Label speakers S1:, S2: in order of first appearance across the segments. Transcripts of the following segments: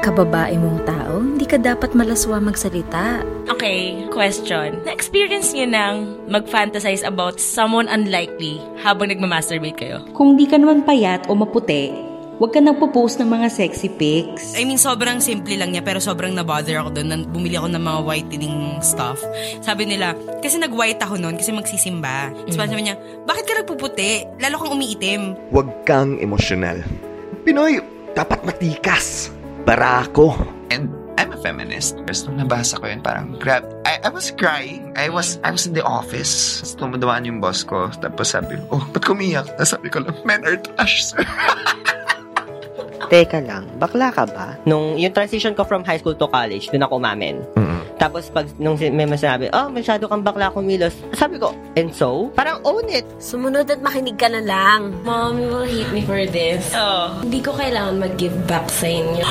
S1: Kababae mong tao, hindi ka dapat malaswa magsalita.
S2: Okay, question. Na-experience niyo nang mag-fantasize about someone unlikely habang nagmamasturbate kayo?
S3: Kung di ka naman payat o maputi, huwag ka nagpo-post ng mga sexy pics.
S4: I mean, sobrang simple lang niya pero sobrang nabother ako doon. Nan- Bumili ako ng mga whitening stuff. Sabi nila, kasi nag-white ako noon kasi magsisimba.
S2: Mm.
S4: Tapos parang sabi niya, bakit ka nagpuputi? Lalo kang umiitim.
S5: Huwag kang emosyonal. Pinoy, dapat matikas. Barako.
S6: And I'm a feminist. Tapos nung nabasa ko yun, parang grab. I, I was crying. I was I was in the office. Tapos tumuduan yung boss ko. Tapos sabi, oh, ba't kumiyak? Tapos sabi ko lang, men are trash, sir.
S7: Teka lang, bakla ka ba?
S8: Nung yung transition ko from high school to college, doon ako umamin.
S5: Mm.
S8: Tapos pag nung si- may masabi, oh, masyado kang bakla kumilos. Sabi ko, and so? Parang own it.
S9: Sumunod at makinig ka na lang. Mom, you will hate me for this.
S2: Oh.
S9: Hindi ko kailangan mag-give back sa inyo.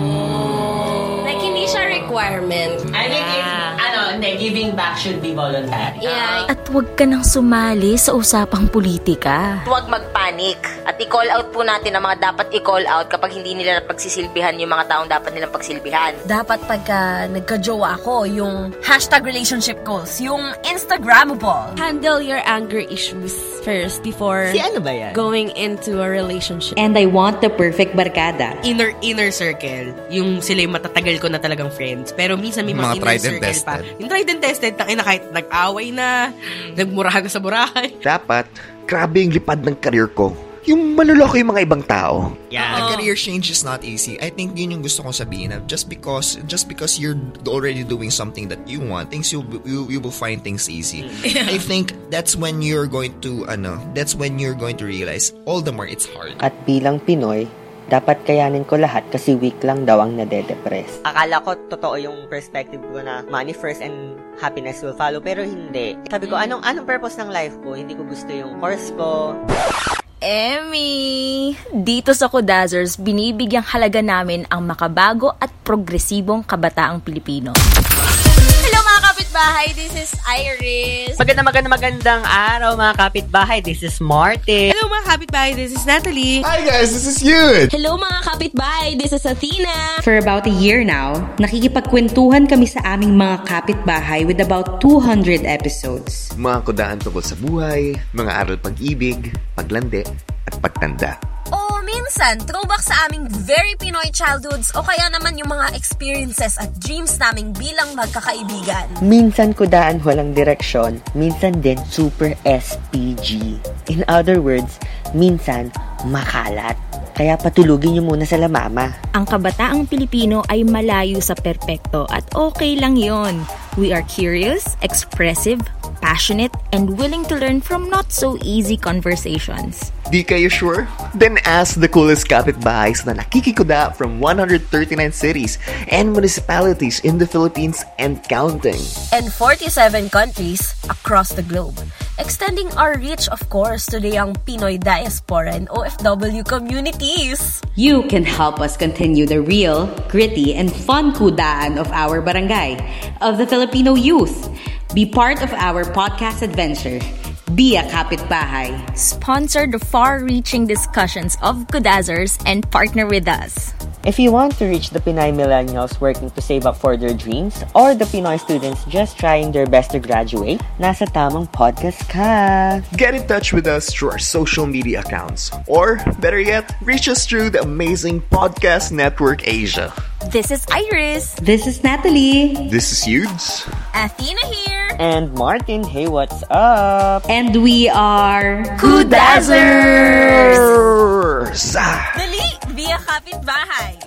S9: Oh. Like, hindi siya requirement.
S10: I think if, ano, hindi, giving back should be voluntary.
S9: Yeah.
S1: At huwag ka nang sumali sa usapang politika.
S11: Huwag magpanik. At i-call out po natin ang mga dapat i-call out kapag hindi nila napagsisilbihan yung mga taong dapat nilang pagsilbihan.
S9: dapat pagka nagka-jowa ako, yung hashtag relationship goals, yung Instagrammable.
S2: Handle your anger issues first before
S8: Si ano ba yan?
S2: going into a relationship.
S3: And I want the perfect barkada.
S4: Inner, inner circle. Yung sila yung matatagal ko na talagang friends. Pero minsan may
S12: Mga
S4: mga, inner
S12: tried and
S4: circle pa.
S12: tested.
S4: Yung tried and tested, tangina kahit nag-away na, nagmurahan ka sa burahan.
S5: Dapat, grabe yung lipad ng karir ko. Yung manloloko yung mga ibang tao.
S6: A career change is not easy. I think yun yung gusto kong sabihin na just because just because you're already doing something that you want, things you you, you will find things easy. I think that's when you're going to ano, that's when you're going to realize all the more it's hard.
S7: At bilang Pinoy, dapat kayanin ko lahat kasi weak lang daw ang nade-depress.
S8: Akala ko totoo yung perspective ko na money first and happiness will follow pero hindi. Sabi ko anong anong purpose ng life ko? Hindi ko gusto yung course ko.
S1: Emmy! Dito sa Kodazers, binibigyang halaga namin ang makabago at progresibong kabataang Pilipino.
S9: Hello mga kapitbahay, this is Iris.
S8: Maganda maganda magandang araw mga kapitbahay. This is Martin.
S4: Hello mga kapitbahay, this is Natalie.
S12: Hi guys, this is Yud!
S9: Hello mga kapitbahay, this is Athena.
S3: For about a year now, nakikipagkwentuhan kami sa aming mga kapitbahay with about 200 episodes.
S5: Mga kodahan tungkol sa buhay, mga aral pag-ibig, paglandi, at pagtanda.
S9: O minsan, throwback sa aming very Pinoy childhoods o kaya naman yung mga experiences at dreams naming bilang magkakaibigan.
S7: Minsan kudaan walang direksyon, minsan din super SPG. In other words, minsan makalat. Kaya patulugin niyo muna sa lamama.
S1: Ang kabataang Pilipino ay malayo sa perpekto at okay lang yon. We are curious, expressive, passionate, and willing to learn from not so easy conversations.
S5: Di kayo sure? Then ask the coolest kapitbahays na nakikikuda from 139 cities and municipalities in the Philippines and counting.
S9: And 47 countries across the globe. Extending our reach, of course, to the young Pinoy diaspora and OFW communities.
S3: You can help us continue the real, gritty, and fun kudaan of our barangay, of the Filipino youth. Be part of our podcast adventure. Be a kapitbahay.
S1: sponsor the far-reaching discussions of Kudazers and partner with us.
S7: If you want to reach the Pinay millennials working to save up for their dreams or the Pinoy students just trying their best to graduate, nasa tamang podcast ka.
S5: Get in touch with us through our social media accounts. Or, better yet, reach us through the amazing Podcast Network Asia.
S1: This is Iris.
S3: This is Natalie,
S5: This is Yudes.
S9: Athena here.
S7: And Martin, hey, what's up?
S3: and we are
S1: Kudazers!
S5: Ersa.
S9: Dali, via kapitbahay.